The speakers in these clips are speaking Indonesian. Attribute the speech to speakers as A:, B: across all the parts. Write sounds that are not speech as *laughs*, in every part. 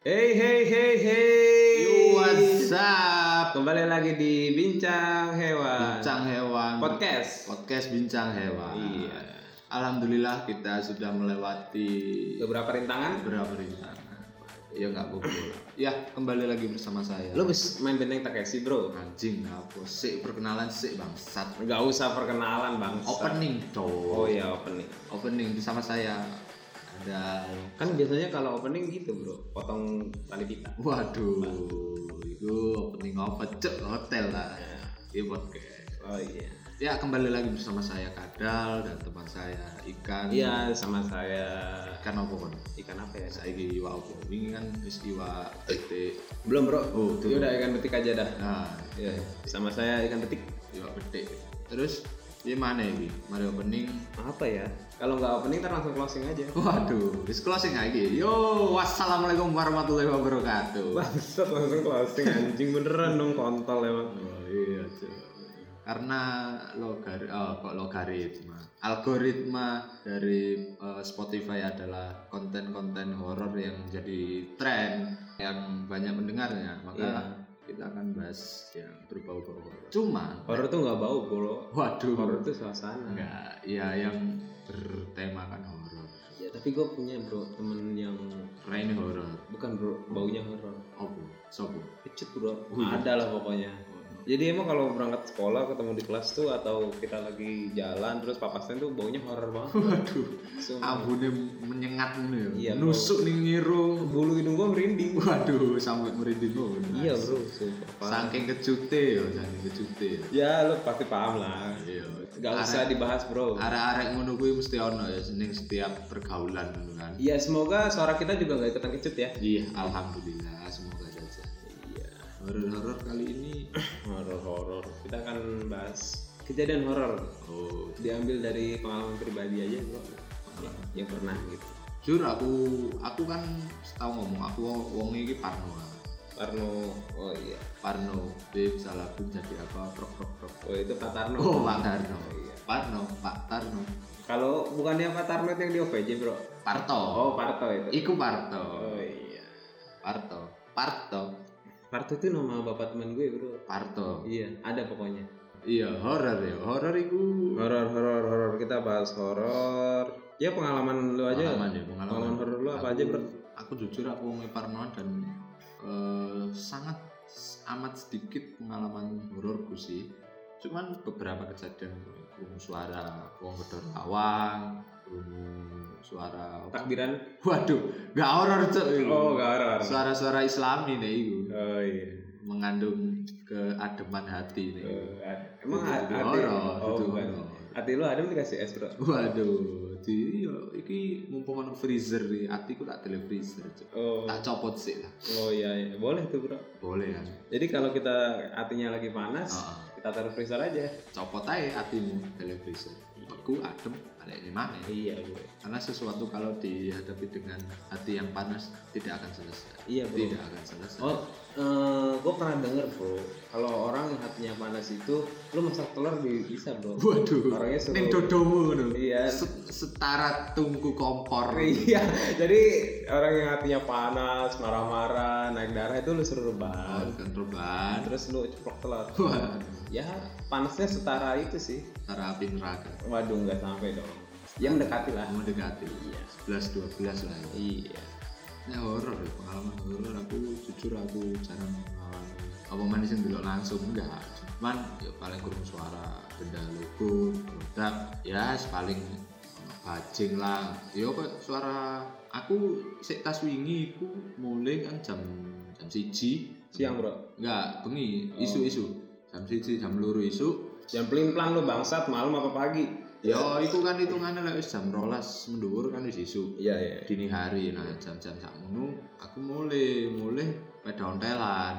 A: Hey hey hey hey.
B: Yo, What's up?
A: Kembali lagi di Bincang Hewan.
B: Bincang hewan.
A: Podcast.
B: Podcast bincang hewan.
A: Iya.
B: Alhamdulillah kita sudah melewati
A: Beberapa rintangan.
B: beberapa rintangan. Ya nggak bobol. ya kembali lagi bersama saya.
A: Lu bis main benteng Takeshi, Bro.
B: anjing apa sih perkenalan sih bangsat.
A: Gak usah perkenalan, Bang.
B: Opening
A: Oh
B: cow.
A: iya, opening.
B: Opening bersama saya ada.
A: Kan biasanya kalau opening gitu, Bro. Potong tali pita.
B: Waduh. Itu opening apa cek hotel lah.
A: Iya.
B: Di podcast.
A: Oh iya.
B: Ya kembali lagi bersama saya Kadal dan teman saya Ikan.
A: Iya, sama saya
B: Ikan apa kon?
A: ikan apa ya? Sa-
B: Saiki iwa apa? Wingi kan wis iwa petik.
A: Belum, Bro.
B: Oh,
A: Ya udah ikan betik aja dah.
B: Nah,
A: Iya, sama saya ikan betik.
B: iwa petik. Terus ini mana iki? Mari opening.
A: Apa ya? Kalau nggak opening, ntar langsung closing aja.
B: Waduh, wis closing lagi. Yo, wassalamualaikum warahmatullahi wabarakatuh.
A: Bangsat langsung closing anjing beneran dong kontol emang.
B: Oh, iya, cuy. Karena logar oh, kok logaritma. Algoritma dari eh, Spotify adalah konten-konten horor yang jadi tren yang banyak mendengarnya, maka
A: Iya.
B: kita akan bahas yang berbau-bau horor. Cuma
A: Horor tuh nggak bau bro.
B: Waduh.
A: Horor tuh suasana.
B: Enggak, ya yang bertemakan horor.
A: Ya tapi gue punya bro temen yang
B: Rain horor.
A: bukan bro baunya horor.
B: Opo? Sopo?
A: Kecut bro.
B: Wih.
A: Ada lah pokoknya. Hmm. Jadi emang kalau berangkat sekolah ketemu di kelas tuh atau kita lagi jalan terus papasan tuh baunya horor banget.
B: Waduh,
A: Sumpah.
B: ambune menyengat ngono
A: Iya,
B: ya.
A: bro.
B: Nusuk ning ngiru.
A: Bulu hidung gue merinding.
B: Waduh, sampai merinding ngono.
A: Iya bro. Sumpah. Parah.
B: Saking kecute ya, saking kecute. ya.
A: Ya lu pasti paham lah.
B: Iya.
A: Gak usah dibahas bro.
B: Arek-arek ngono kuwi mesti ono ya ning setiap pergaulan ngono kan.
A: Ya semoga suara kita juga nggak ikutan kecut ya.
B: Iya, alhamdulillah semoga saja.
A: Iya.
B: Horor-horor kali ini
A: horor horor kita akan bahas kejadian horor
B: oh,
A: diambil dari pengalaman pribadi aja bro yang pernah gitu
B: jujur aku aku kan setau ngomong aku wong iki parno lah.
A: Parno oh iya
B: Parno, Bib, salah pun jadi apa, prok prok prok.
A: oh itu Pak Tarno
B: Oh, Pak Tarno.
A: Iya.
B: Parno, Pak Tarno.
A: kalau bukannya Pak Tarno itu yang di OVJ bro
B: Parto.
A: oh Parto itu
B: Iku Parto.
A: oh iya
B: Parto. Parto.
A: Parto itu nama bapak teman gue bro
B: Parto.
A: iya ada pokoknya
B: Iya, horor ya. Horor iku
A: horor horor horor kita bahas horor ya pengalaman lu aja
B: Pengalaman ya, pengalaman.
A: horor lu apa aja bro
B: Aku jujur aku wong parnoan dan eh, sangat s- amat sedikit pengalaman hororku sih. Cuman beberapa kejadian krungu suara wong gedor lawang, krungu suara
A: takbiran
B: Waduh, gak horor cok iku.
A: oh gak horor
B: Suara-suara Islami nih iku.
A: oh iya
B: mengandung keademan hati nih.
A: Eh, Emang
B: Itu
A: hati
B: horor,
A: oh,
B: itu
A: bukan.
B: horor.
A: Hati lu ada dikasih es bro?
B: Waduh, di yo, iki mumpung ono freezer nih, hatiku tak tele freezer. Cuk.
A: Oh,
B: Tak copot sih lah.
A: oh iya, iya. boleh tuh bro.
B: Boleh kan?
A: Jadi kalau kita hatinya lagi panas,
B: Heeh.
A: kita taruh freezer aja.
B: Copot aja hatimu tele freezer. Beku adem, ada ini mana?
A: Iya gue.
B: Karena sesuatu kalau dihadapi dengan hati yang panas tidak akan selesai.
A: Iya bro.
B: Tidak akan selesai.
A: Oh, eh, gue pernah denger bro, kalau orang yang hatinya panas itu, lu masak telur di bisa bro.
B: Waduh.
A: Orangnya suruh-
B: Ning dodomu ngono.
A: Iya. *laughs*
B: Se- Setara tungku kompor.
A: Iya, jadi orang yang hatinya panas, marah-marah, naik darah itu lu suruh
B: Oh,
A: rebahan,
B: Bukan reban.
A: terus lu ceplok telur.
B: Waduh,
A: Ya, panasnya setara itu sih.
B: setara api neraka.
A: Waduh, nggak sampai dong. Ya mendekati lah.
B: mendekati
A: Iya.
B: 11 12 lah ya.
A: Iya.
B: Ini horor ya, pengalaman horor aku jujur aku jarang mengalami apa manis yang dulu langsung enggak. Cuman ya paling kurang suara benda logo, produk ya paling bajing lah. Ya kok suara aku sik tas wingi iku mulai kan jam jam 1
A: Siang bro.
B: Enggak, bengi isu-isu. Jam 1 jam luru isu
A: Jangan pelin pelan lu bangsat malam apa pagi.
B: Ya, itu kan hitungannya lah wis jam 12 mendhuwur kan wis isu.
A: Iya iya.
B: dini hari nah jam-jam sakmono aku mulai mulai pada ontelan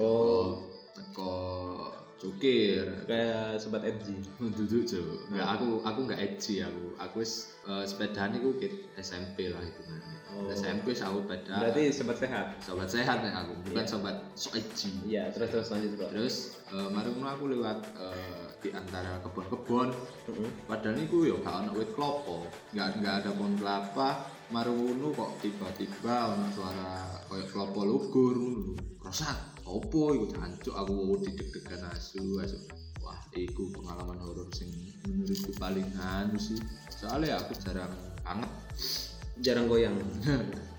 A: Oh,
B: teko cukir
A: kayak sobat FG.
B: duduk jo nggak aku aku nggak edgy aku aku wis eh, sepedaan itu kit- SMP lah itu kan
A: Oh.
B: SMP wis aku peda
A: Berarti sobat sehat.
B: sobat sehat nih aku bukan
A: Iya.
B: sobat so edgy
A: Iya, terus terus lanjut bro.
B: terus eh, mari ngono aku lewat eh, di antara kebon-kebon
A: Heeh.
B: padahal niku yo gak ono wit klopo nggak nggak ada pohon kelapa marunu kok tiba-tiba ono suara koyo klopo lugur ngono kerusak opo iku jancuk aku dideg-degan asu asu wah iku pengalaman horor sing menurutku paling anu sih soalnya aku jarang anget
A: jarang goyang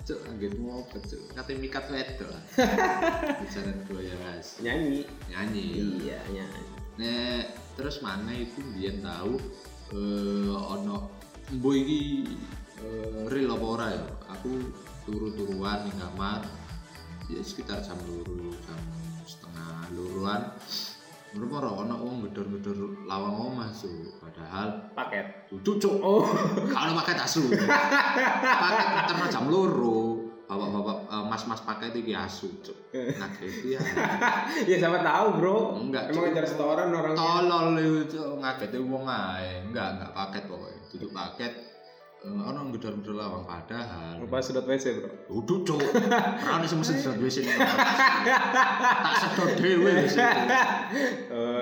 B: cuk anggit ngopet cuk kate mikat wedok lah bicara goyang asu
A: *laughs* nyanyi
B: nyanyi
A: iya nyanyi
B: Nek terus mana itu biyen tahu eh ono mbo iki eh, real apa ora ya? Aku turu-turuan di kamar ya sekitar jam luru jam setengah luruan Mereka ono wong gedor-gedor lawang omah su padahal
A: paket
B: duduk cuk oh *laughs* kalau pakai asu pakai terus jam luru bapak-bapak eh, mas-mas pakai itu asu cuk nah itu ya
A: *laughs* ya siapa tahu bro
B: Enggak,
A: emang
B: cuy.
A: ngejar setoran orang
B: tolol lu cuk ngageti wong ae enggak enggak paket pokoknya duduk paket eh, ono gedor-gedor lawang padahal
A: lupa sudut wc bro *laughs*
B: duduk cuk ora ono sing mesti sedot wis ini tak sedot dhewe
A: Iya, *laughs*
B: wis
A: Eh,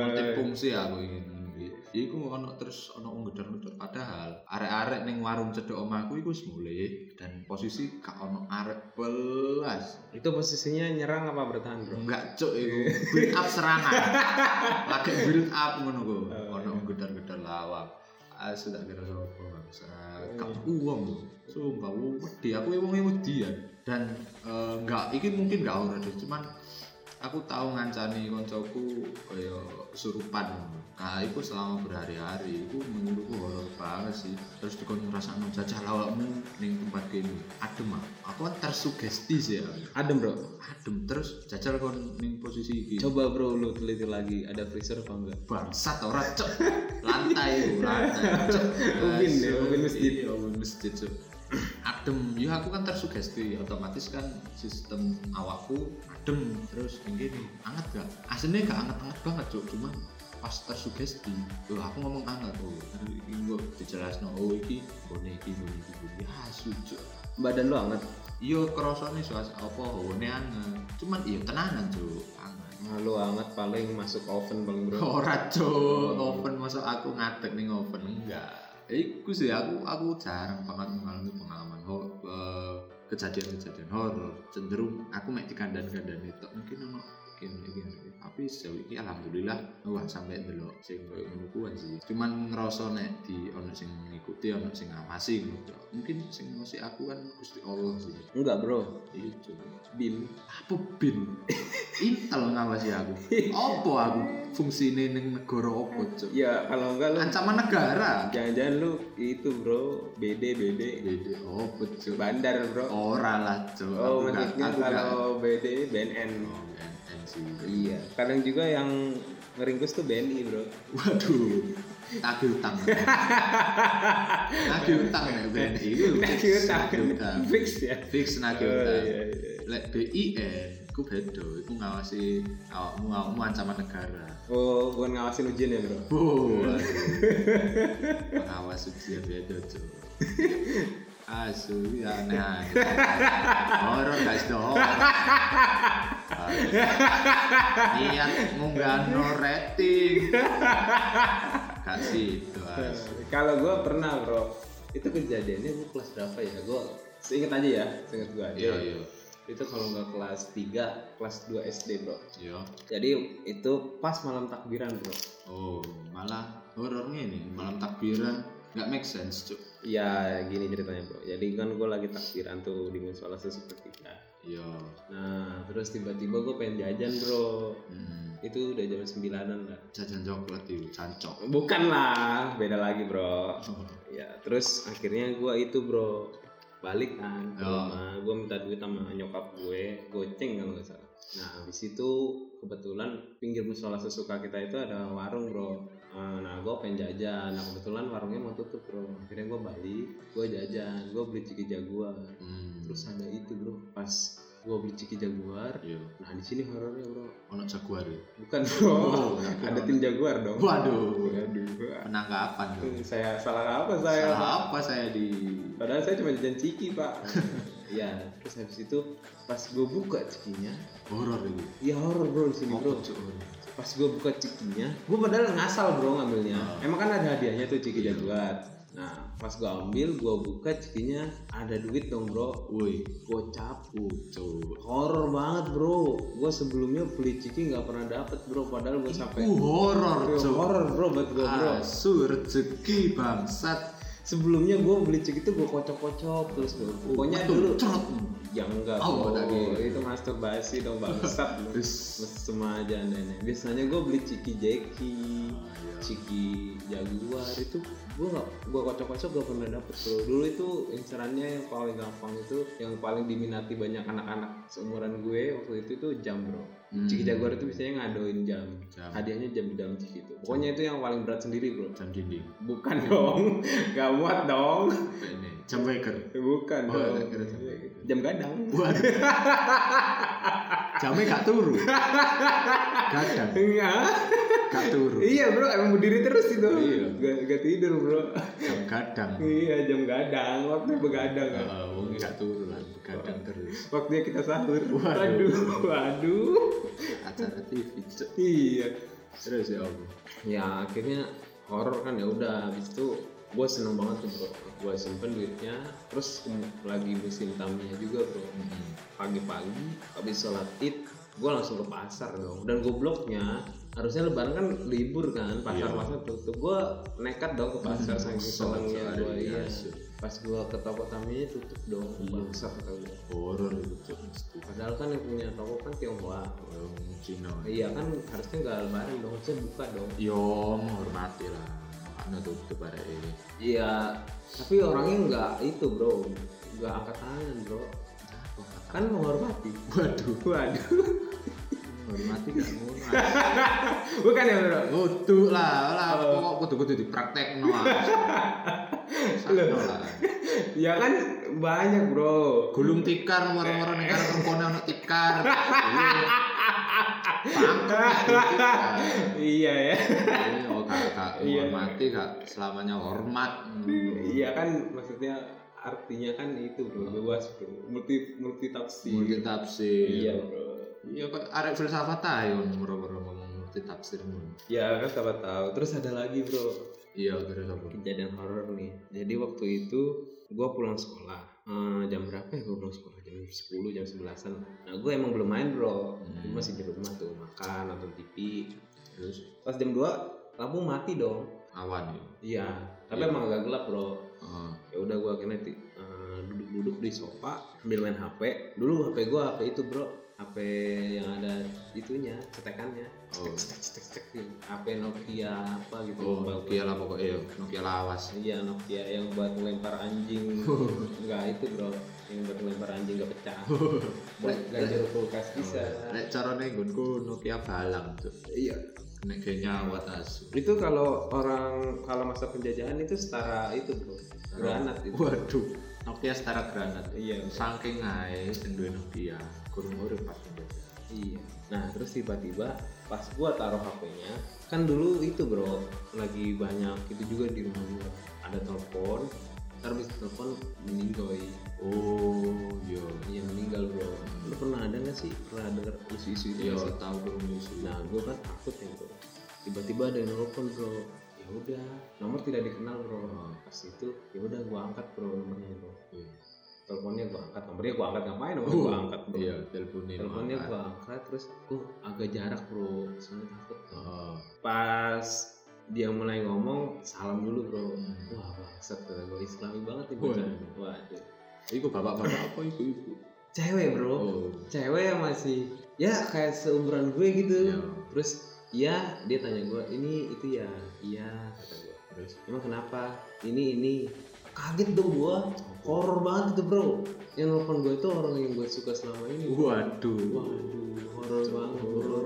B: multifungsi aku ini Iku ono terus ono wong gedor-gedor padahal arek-arek ning warung cedok omahku iku wis mulih dan posisi gak ono arek belas
A: itu posisinya nyerang apa bertahan bro
B: Enggak cuk iku build up serangan. Lagi build up ngono ku.
A: Oh,
B: Ono gedar-gedar lawang. Asu tak kira sapa bangsa. Kau uang Sumpah wong wedi aku wong wedi ya. Dan eh, enggak iki mungkin enggak ora deh cuman aku tahu ngancani koncoku kaya surupan nah itu selama berhari-hari itu menurutku horor banget sih terus dikon ngerasakno jajah lawakmu ning tempat kene adem ah. aku kan tersugesti sih ya
A: adem bro
B: adem terus jajal kon ning posisi iki
A: coba bro lu teliti lagi ada freezer apa enggak
B: bangsat ora cok lantai lantai
A: *laughs*
B: cok
A: Ubin ya,
B: Asu,
A: ubin masjid.
B: iya, ubin masjid cok adem ya aku kan tersugesti otomatis kan sistem awakku adem terus mungkin anget gak aslinya gak anget anget banget cok cuman pas tersugesti tuh aku ngomong anget oh ini gue dijelasin oh iki bone iki bone iki bone ya sujuk
A: badan lu anget
B: Yo kerosone suas apa hone anget. Cuman iya tenanan, Cuk. Anget.
A: Nah, lu anget paling masuk oven paling bro
B: Ora, Cuk. Oven masuk aku ngadeg ning oven enggak. Iku sih aku aku jarang banget mengalami pengalaman ho- eh, kejadian-kejadian horor. Cenderung aku mek dikandan-kandan itu mungkin ono mungkin iki tapi sejauh ini alhamdulillah wah sampai delok sing koyo ngono kuwi sih cuman ngerasa nek di ono sing ngikuti ono sing ngawasi ngono Cuk. mungkin sing ngawasi aku kan Gusti Allah sih
A: enggak bro
B: iya Cuk.
A: bim
B: apa bin *laughs* intel ngawasi
A: *laughs*
B: aku apa aku fungsine ning negara apa cuk
A: ya kalau enggak lu
B: ancaman negara
A: jangan-jangan lu itu bro bd bd
B: beda apa cuk
A: bandar bro
B: ora lah cuk
A: oh
B: aku gak
A: maksudnya
B: aku gak
A: kalau bd bnn
B: Oh, NN sih.
A: iya kadang juga yang ngeringkus tuh bni bro
B: waduh tagih utang tagih utang nek ben iku
A: *laughs* Nagih utang. Fix ya?
B: fix nagih
A: Oh,
B: utang
A: iya, iya.
B: lek BIN ku beda iku ngawasi awakmu awakmu ancaman negara
A: oh bukan ngawasin ujian ya bro
B: Wow. Pengawas ujian beda cuy. Asu ya aneh. Horor guys dong. Niat munggah Iya, no rating. Kasih itu asu.
A: Kalau gue pernah bro, itu kejadiannya gue kelas berapa ya? Gue seinget aja ya, seinget gue aja.
B: Iya iya.
A: Itu kalau nggak kelas 3, kelas 2 SD bro.
B: Iya.
A: Jadi itu pas malam takbiran bro.
B: Oh malah horor ini malam takbiran nggak make sense cuy.
A: Ya gini ceritanya bro. Jadi kan gue lagi takbiran tuh di musola sepertiga.
B: Iya.
A: Nah terus tiba-tiba gue pengen jajan bro.
B: Hmm.
A: Itu udah jam sembilanan lah.
B: Jajan coklat iya, itu cancok.
A: Bukan lah, beda lagi bro. ya terus akhirnya gua itu bro balik kan ke
B: Oh.
A: rumah gue minta duit sama nyokap gue goceng kalau nggak salah nah habis itu kebetulan pinggir musola sesuka kita itu ada warung bro Eh, nah gue pengen jajan nah kebetulan warungnya mau tutup bro akhirnya gue balik gue jajan gue beli ciki jaguar
B: Hmm.
A: terus ada itu bro pas gue beli ciki jaguar
B: Iya.
A: nah di sini horornya bro
B: Ono jaguar. ya?
A: bukan bro
B: Oh,
A: ada tim jaguar dong
B: Waduh.
A: Aduh,
B: penangkapan dong.
A: saya salah apa saya
B: Salah apa saya di
A: Padahal saya cuma jajan ciki
B: *laughs*
A: pak. ya terus habis itu pas gue buka cikinya,
B: horor ini?
A: ya horor bro di sini
B: Mau
A: bro.
B: cuk horor.
A: pas gue buka cikinya gue padahal ngasal bro ngambilnya
B: Oh. Iya.
A: emang kan ada hadiahnya tuh ciki jaduat nah pas gue ambil gue buka cikinya ada duit dong bro
B: woi
A: gue capu
B: coba
A: horror banget bro gue sebelumnya beli ciki nggak pernah dapet bro padahal gue sampai
B: uh horor
A: Film
B: coba
A: horror ya? bro buat gue bro
B: asu rezeki bangsat
A: sebelumnya gue beli ciki tuh gue kocok-kocok terus bro pokoknya
B: Waduh,
A: dulu
B: cerot.
A: ya enggak bro.
B: Oh, tadi.
A: itu masturbasi dong *laughs* bangsat lu.
B: Terus-
A: mesum aja nenek biasanya gue beli ciki jeki ciki jaguar itu gue nggak gue kocok-kocok gak pernah dapet bro dulu itu incerannya yang paling gampang itu yang paling diminati banyak anak-anak seumuran gue waktu itu itu jam bro
B: Hmm.
A: ciki jaguar itu biasanya ngadoin jam,
B: Jam.
A: hadiahnya jam di dalam ciki itu pokoknya itu yang paling berat sendiri bro
B: jam dinding
A: bukan dong gak muat dong
B: Apa ini jam waker
A: bukan
B: Oh,
A: dong
B: ada kira jam waker.
A: jam gadang
B: waduh jamnya gak turu kadang
A: enggak
B: gak turu
A: Iya bro, emang berdiri terus itu.
B: Iya.
A: Gak, gak tidur bro.
B: jam kadang
A: iya jam gadang, waktu begadang. kan.
B: Eh, wong gak turu lah kadang terus
A: Waktunya kita sahur.
B: Waduh.
A: Waduh, waduh.
B: acara TV Cuk.
A: Iya.
B: terus ya allah
A: Ya akhirnya horor kan ya udah habis itu gue seneng banget tuh bro. Gue simpen duitnya, terus lagi musim tamnya juga bro. pagi-pagi habis sholat id gue langsung ke pasar dong dan gobloknya harusnya lebaran kan libur kan pasar pasar tutup gue nekat dong ke pasar
B: Hmm,
A: saking
B: sholat
A: senengnya
B: sehari,
A: gue iya
B: biasa.
A: pas gue ke toko taminya tutup dong bangsa kata gue
B: horor itu Cuk, mesti
A: padahal kan yang punya toko kan tionghoa
B: orang Cina
A: iya kan harusnya nggak lebaran dong harusnya buka dong
B: yo menghormati lah makanya tutup e. pada ini
A: iya tapi orangnya nggak itu bro nggak angkat tangan bro kan menghormati *laughs*
B: waduh
A: waduh
B: menghormati gak ngono
A: bukan ya bro
B: Kudu lah, lah
A: Oh.
B: pokok kudu kudu dipraktekno lah. Sakno lah.
A: ya kan banyak bro
B: Gulung tikar moro-moro ning karo kene ono tikar. Pangkat tikar.
A: *laughs* iya ya
B: Ini oh gak gak
A: Iya.
B: menghormati gak selamanya hormat. Hmm.
A: iya kan maksudnya artinya kan itu bro luas bro multi multi
B: Multi
A: tafsir
B: tafsir.
A: iya bro
B: Iya kok arek filsafat ta yo moro-moro ngomong multi tafsir ngono.
A: ya kan siapa tahu terus ada lagi bro
B: Iya terus apa?
A: kejadian horor nih jadi waktu itu gue pulang sekolah Eh, jam berapa ya gue pulang sekolah jam 10 jam 11an nah gue emang belum main bro
B: Hmm.
A: Gua masih di rumah tuh makan nonton TV
B: Terus
A: pas jam 2 lampu mati dong
B: awan yo.
A: iya tapi
B: Iya.
A: emang agak gelap bro
B: Heeh.
A: ya udah gue akhirnya ti- eh, duduk-duduk di sofa sambil main HP dulu HP gue HP itu bro HP yang ada itunya cetekannya
B: Oh.
A: cetek cetek cetek gitu. HP Nokia apa gitu
B: Oh,
A: Bang.
B: Nokia lah pokoknya yo. Nokia lawas.
A: iya Nokia yang buat ngelempar *laughs* anjing enggak itu bro yang buat ngelempar anjing gak *laughs* pecah buat ganjil kulkas bisa
B: Lek carane nggonku Nokia balang tuh.
A: iya
B: Nek kayak nyawa tas.
A: itu kalau orang kalau masa penjajahan itu setara itu bro granat itu
B: Waduh, Nokia setara granat.
A: iya
B: Saking ae sing duwe Nokia, kurang urip pas penjajah.
A: Iya. Nah terus tiba-tiba pas gua taruh HP-nya, kan dulu itu bro lagi banyak itu juga di rumah gua ada telepon, terus telepon meninggoy.
B: Oh, yo.
A: Iya meninggal bro. Lu pernah ada nggak sih pernah denger isu-isu itu?
B: Yo
A: nggak sih?
B: Iya, tau kurang isu.
A: Nah gua kan takut ya bro. Tiba-tiba ada yang telepon bro. Ya udah, nomor tidak dikenal bro.
B: Hmm.
A: Pas itu ya udah gua angkat bro nomornya bro.
B: Iya.
A: Teleponnya gua angkat, nomornya gua angkat ngapain? Nomornya gua Oh, angkat bro.
B: Iya, teleponin.
A: teleponnya
B: makan.
A: gua angkat terus oh agak jarak bro soalnya takut
B: Oh.
A: pas dia mulai ngomong salam dulu bro
B: Hmm.
A: wah bangsat kata gua islami banget nih
B: Waduh.
A: bocah waduh
B: Iku bapak-bapak apa ibu-ibu?
A: cewek bro
B: Oh.
A: cewek yang masih ya kayak seumuran gue gitu
B: Iya.
A: terus iya dia tanya gua ini itu ya iya kata gua
B: Terus
A: emang kenapa ini ini kaget dong gua horror banget itu bro yang nelfon gua itu orang yang gue suka selama ini
B: Waduh.
A: Waduh, horor banget, horor.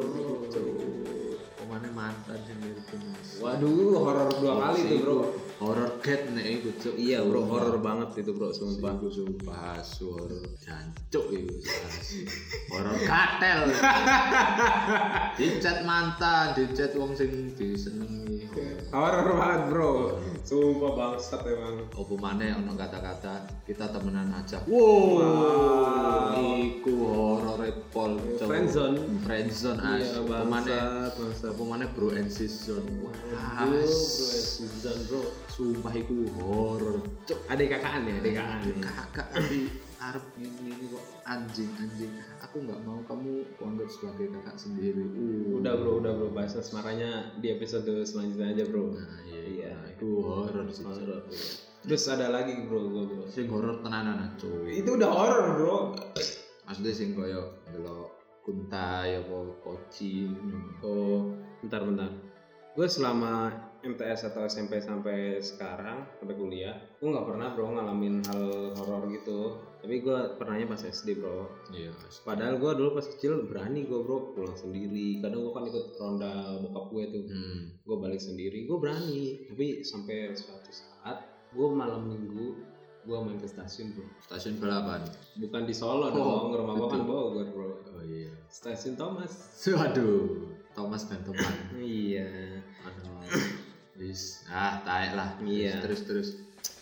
B: Omane mantan sing mirip
A: Waduh, horor dua kali tuh, Bro.
B: Horror cat nek iku cuk.
A: Iya, Bro, horor banget itu, Bro, sumpah.
B: Sumpah, sumpah, asu, horor jancuk itu asu. horor *laughs* katel. dicat mantan, dicat wong sing disenengi.
A: Horor banget, Bro. Sumpah bangsat emang.
B: opo maneh ono kata-kata kita temenan aja
A: Wow.
B: iku horor pol cowok.
A: Friendzone.
B: friendzone
A: Iya
B: asli opo maneh
A: bangsat, bangsat.
B: opo maneh bro and sis zone wah
A: Aduh, bro, season bro.
B: sumpah iku horor
A: Cuk, ada kakaan ya, ada kakaan.
B: Aduh, kakak tapi arep ini ini kok anjing anjing aku nggak mau kamu anggap sebagai kakak sendiri Uh.
A: Udah bro, udah bro, bahas asmaranya di episode selanjutnya aja bro.
B: nah, iya,
A: Iya.
B: iya. itu horor sih Cok.
A: Horor. iya. Terus ada lagi bro, gue bro.
B: sing horor tenanan cuy
A: Itu udah horor bro.
B: maksudnya sing koyo delok kuntai apa koci
A: Oh, bentar bentar. Gue selama MTS atau SMP sampai sekarang sampai kuliah, gue nggak pernah bro ngalamin hal horor gitu. Tapi gue pernahnya pas SD bro.
B: iya
A: Padahal gue dulu pas kecil berani gue bro pulang sendiri. Kadang gue kan ikut ronda bokap gue tuh.
B: hmm.
A: gue balik sendiri gue berani tapi sampai suatu saat gue malam minggu gue main ke stasiun bro
B: stasiun balapan
A: bukan di Solo dong rumah gue kan Bogor bro
B: oh iya
A: stasiun Thomas
B: waduh Thomas dan teman
A: iya
B: aduh Wis, ah taek lah
A: Iya.
B: terus terus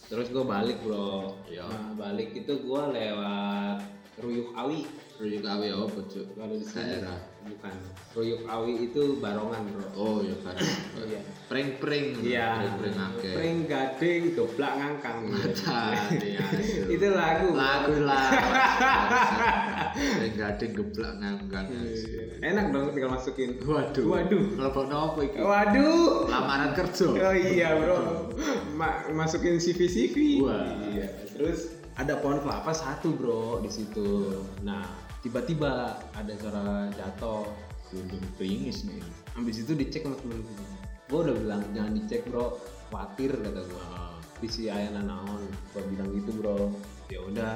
A: terus gue balik bro
B: Iya.
A: nah, balik itu gue lewat Ruyuk Awi
B: terus juga awe apa cuk
A: Gak ada di sini
B: daerah
A: bukan Ruyuk Awi itu barongan bro
B: oh iya kan
A: iya
B: pring pring
A: iya
B: pring pring akeh
A: pring gading geblak ngangkang gitu.
B: Tadi, asu.
A: itu lagu
B: lagu lah pring gading geblak ngangkang asu.
A: enak dong tinggal masukin
B: waduh
A: Waduh.
B: kalau nopo iki
A: waduh
B: lamaran kerja
A: Oh iya bro, Ma- masukin CV CV.
B: Wah.
A: Iya. Terus ada pohon kelapa satu bro di situ. Nah tiba-tiba ada suara jatuh.
B: Gunung pringis nih
A: Habis itu dicek sama temen gue. Gue udah bilang jangan dicek bro, khawatir kata gue. Bisi ayana naon, gue bilang gitu bro. Ya udah.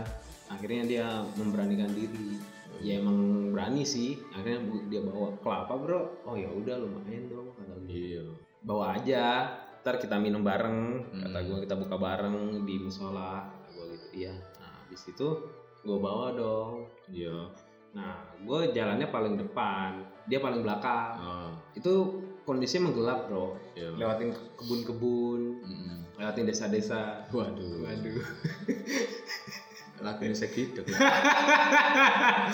A: Akhirnya dia memberanikan diri. Ya emang berani sih. Akhirnya bu- dia bawa kelapa bro. Oh ya udah lumayan dong kata gue
B: iya
A: bawa aja ntar kita minum bareng
B: Hmm.
A: kata gue kita buka bareng di musola kata gue gitu iya nah habis itu gue bawa dong
B: iya
A: nah gue jalannya paling depan dia paling belakang
B: oh
A: itu kondisinya menggelap bro
B: iya
A: lewatin kebun-kebun
B: Mm-mm.
A: lewatin desa-desa
B: waduh
A: waduh
B: lagu ini
A: *laughs*
B: segitu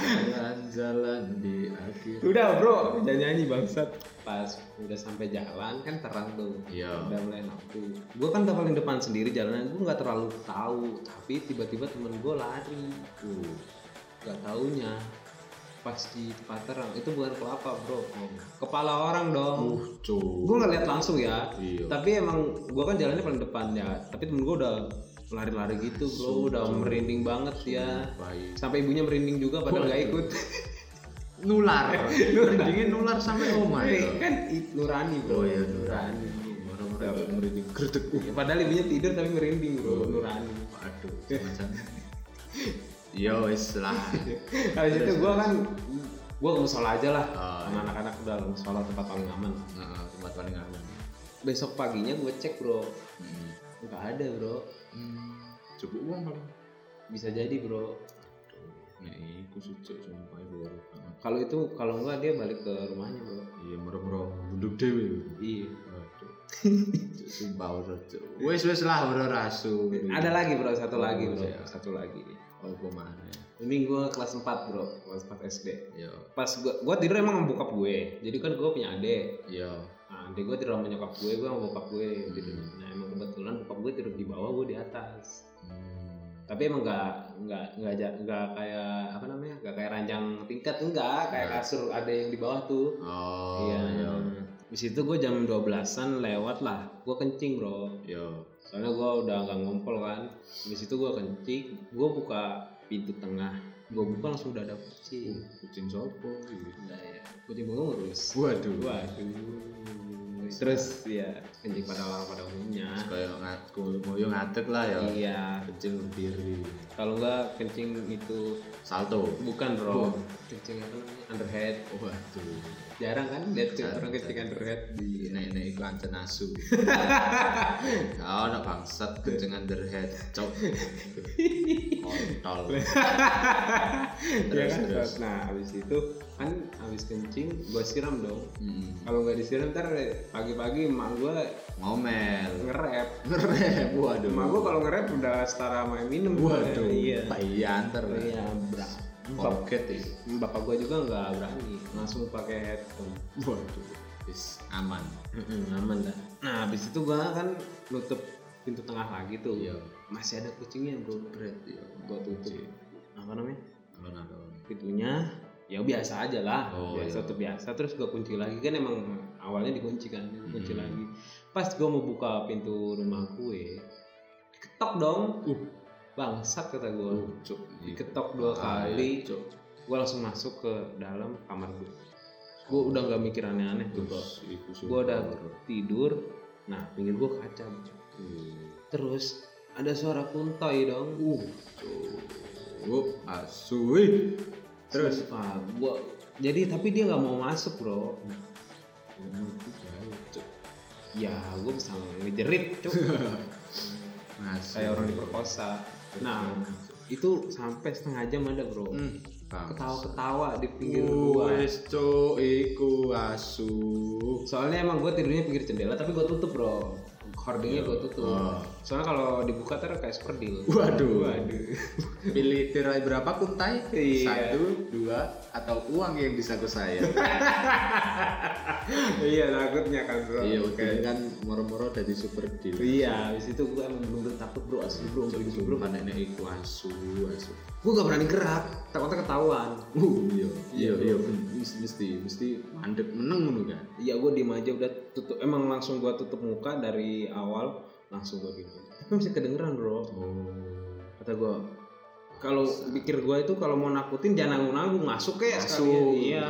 B: jalan-jalan di akhir
A: udah bro jangan nyanyi bangsat pas udah sampai jalan kan terang tuh
B: iya
A: udah mulai nafsu gue kan gak paling depan sendiri jalanan gue nggak terlalu tahu tapi tiba-tiba temen gue lari
B: Uh,
A: gak taunya pas di Paterang itu bukan kelapa bro kepala orang dong
B: uh
A: gue
B: cuk
A: nggak lihat langsung ya
B: Iya.
A: tapi emang gue kan jalannya paling depan ya tapi temen gue udah lari-lari gitu bro udah merinding banget ya
B: baik
A: sampai ibunya merinding juga padahal nggak ikut *laughs*
B: nular merindingnya nular sampai rumah
A: Eh, kan i- nurani bro
B: Oh, iya,
A: nurani
B: orang-orang yang merinding gerdek uh
A: Ya, padahal ibunya tidur tapi merinding
B: Oh,
A: bro nurani
B: aduh macam *laughs* iya Eh. wis lah
A: habis itu gue kan gue ke musola aja lah
B: Ah,
A: sama anak-anak udah musola tempat paling aman
B: Nah, tempat paling aman
A: besok paginya gue cek bro
B: Mm.
A: nggak ada bro
B: Hmm, cukup uang paling
A: bisa jadi bro
B: Nek iku sucuk sumpah iku loro. Heeh.
A: kalau itu kalau enggak dia balik ke rumahnya bro
B: Iya merem-merem bunduk dhewe.
A: iya
B: *laughs* Aduh. Cuk, Sumpah horor cuk. Wis wis lah horor asu.
A: ada lagi bro satu
B: Oh,
A: lagi bro
B: iya.
A: satu lagi
B: opo maneh.
A: ini gue kelas 4 bro kelas 4 SD
B: Yo
A: pas gue gue tidur emang sama bokap gue jadi kan gue punya adik
B: yo.
A: nah, adik gue tidur sama nyokap gue gue sama bokap gue tidur nah emang kebetulan bokap gue tidur di bawah gue di atas
B: Hmm.
A: tapi emang nggak nggak nggak ja- nggak kayak apa namanya nggak kayak ranjang tingkat enggak kayak
B: Nggak.
A: kasur ada yang di bawah tuh
B: Oh
A: Iya.
B: yo
A: Di situ gue jam 12-an lewat lah. Gue kencing, Bro.
B: yo.
A: Soalnya gue udah nggak ngumpul kan. Di situ gue kencing, gue buka pintu tengah. Gue buka langsung udah ada kucing.
B: Kucing sopo iki?
A: Nah, ya. Kucing pengurus.
B: Waduh.
A: Waduh. Terus ya kencing pada orang pada umumnya.
B: Kayak ngaku moyo ngatek lah ya. yo.
A: Iya.
B: Kencing berdiri.
A: Kalau nggak kencing itu
B: Salto.
A: bukan,
B: Bukan.
A: Bro. Kencing apa namanya? Underhead.
B: Waduh.
A: Jarang kan lihat
B: Jarang,
A: orang kencing
B: jarang.
A: underhead.
B: Iya, Nek nek iku ancen
A: *laughs*
B: asu. Ya, Kau nak bangsat kenceng underhead, cok. kontol
A: *laughs* Iya
B: Terus,
A: kan?
B: terus.
A: Nah, habis itu kan habis kencing gue siram dong.
B: Mm-mm.
A: Kalau nggak disiram ntar pagi-pagi emak gue
B: ngomel *laughs*
A: ngerap.
B: ngerem waduh
A: Emak gue kalau ngerap udah setara main minum.
B: waduh
A: Iya.
B: iya anter
A: Iya, bra- bap-
B: Koget itu
A: Bapak gue juga nggak berani, langsung pakai headphone.
B: waduh Is, aman
A: aman dah. Nah, habis itu gue kan nutup pintu tengah lagi tuh.
B: Iya.
A: Masih ada kucingnya bro.
B: berat ya
A: Gue tutup. Apa namanya?
B: alon-alon
A: pintunya ya biasa aja lah
B: Oh,
A: biasa
B: iya.
A: tuh biasa terus gue kunci lagi kan emang awalnya dikunci kan dikunci
B: Hmm.
A: lagi pas gue mau buka pintu rumah gue diketok dong
B: Uh.
A: bangsat kata gue
B: cuk
A: diketok dua
B: Ah, iya,
A: kali
B: cuk
A: gue langsung masuk ke dalam kamar gue gue udah nggak mikir aneh-aneh tuh gue gue udah tidur nah pinggir gue kaca terus ada suara kuntoy dong
B: uh cuk asu wih. terus
A: Sumpah, gua jadi tapi dia nggak mau masuk bro ya gue bisa ngejerit
B: *laughs*
A: cuk
B: Asu.
A: kayak orang diperkosa nah itu sampai setengah jam ada bro
B: Hmm. Uh,
A: ketawa-ketawa di pinggir gua
B: Wis cuk iku asu.
A: soalnya emang gue tidurnya pinggir jendela tapi gue tutup bro hordingnya gue tutup
B: Oh.
A: soalnya kalau dibuka ter kayak sperdil
B: Waduh. *laughs*
A: waduh
B: Pilih tirai berapa kuntai?
A: Iya.
B: Satu, dua, atau uang yang bisa ke
A: *laughs*
B: saya?
A: iya takutnya kan bro
B: iya, oke. Kan moro-moro dari super deal.
A: iya habis itu gue emang bener takut bro asli bro
B: Itu
A: gue
B: mana ini kan iku asu, asu.
A: gak berani gerak takutnya ketahuan
B: Uh, iya, iya, iya, ben- mis- mesti, mesti mandek meneng ngono kan.
A: Iya gue diem aja udah tutup emang langsung gua tutup muka dari awal langsung gua diem aja. tapi masih kedengeran bro
B: Oh.
A: kata gua kalau pikir gua itu kalau mau nakutin jangan nanggung nanggung masuk kayak
B: Masuk.
A: sekalian iya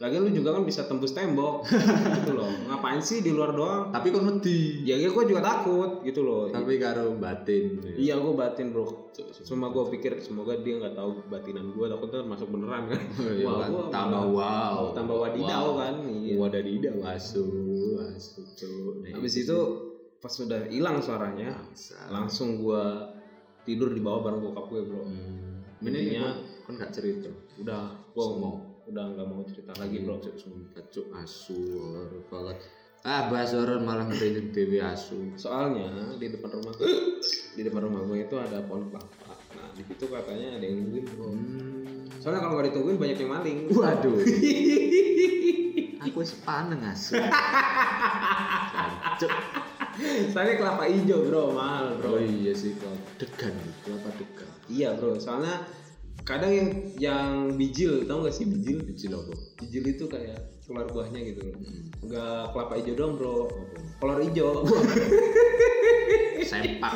A: lagi lu juga kan bisa tembus tembok *laughs* gitu loh ngapain sih di luar doang
B: Tapi kok mati?
A: ya gue juga takut gitu loh
B: Tapi karo batin.
A: iya gue batin bro cuma gua pikir semoga dia nggak tahu batinan gua takutnya masuk beneran kan
B: Iya,
A: Wah,
B: kan?
A: gua
B: tambah wow.
A: tambah wadidaw kan iya.
B: Gua dari ida wasu, wasu cuk. Nek
A: Habis itu pas sudah hilang suaranya,
B: bangsa.
A: langsung gua tidur di bawah bareng bokap gue bro.
B: Hmm. Ini
A: Intinya-
B: kan- kan nggak cerita.
A: Udah, gua
B: Semua. Iya.
A: udah nggak mau cerita lagi bro.
B: Cuk, sumpah, cuk asu horor banget. Ah, bahas horor malah ngerinin Dewi asu.
A: Soalnya di depan rumah di depan rumah gue itu ada pohon kelapa. Nah di situ katanya ada yang nungguin bro.
B: Hmm.
A: Soalnya kalau nggak ditungguin banyak yang maling.
B: Waduh. Aku wis paneng asu. Cuk.
A: *laughs* Soalnya kelapa hijau bro, mahal bro.
B: Oh iya sih kalau degan, kelapa degan.
A: Iya bro, soalnya kadang yang yang bijil tau gak sih bijil?
B: Biji logo.
A: Bijil itu kayak keluar buahnya gitu loh.
B: Hmm.
A: Nggak kelapa hijau doang bro, kolor hijau. *laughs*
B: Sepak.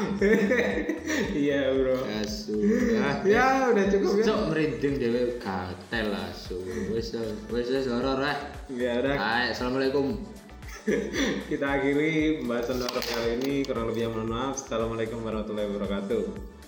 A: Iya bro.
B: Asu. Ah.
A: Ya udah cukup ya.
B: Cok merinding dhewe gatel asu. Wis wis wis horor ah.
A: Ya udah
B: Hai, Assalamualaikum.
A: kita akhiri pembahasan dokter kali ini kurang lebih mohon maaf. Assalamualaikum warahmatullahi wabarakatuh.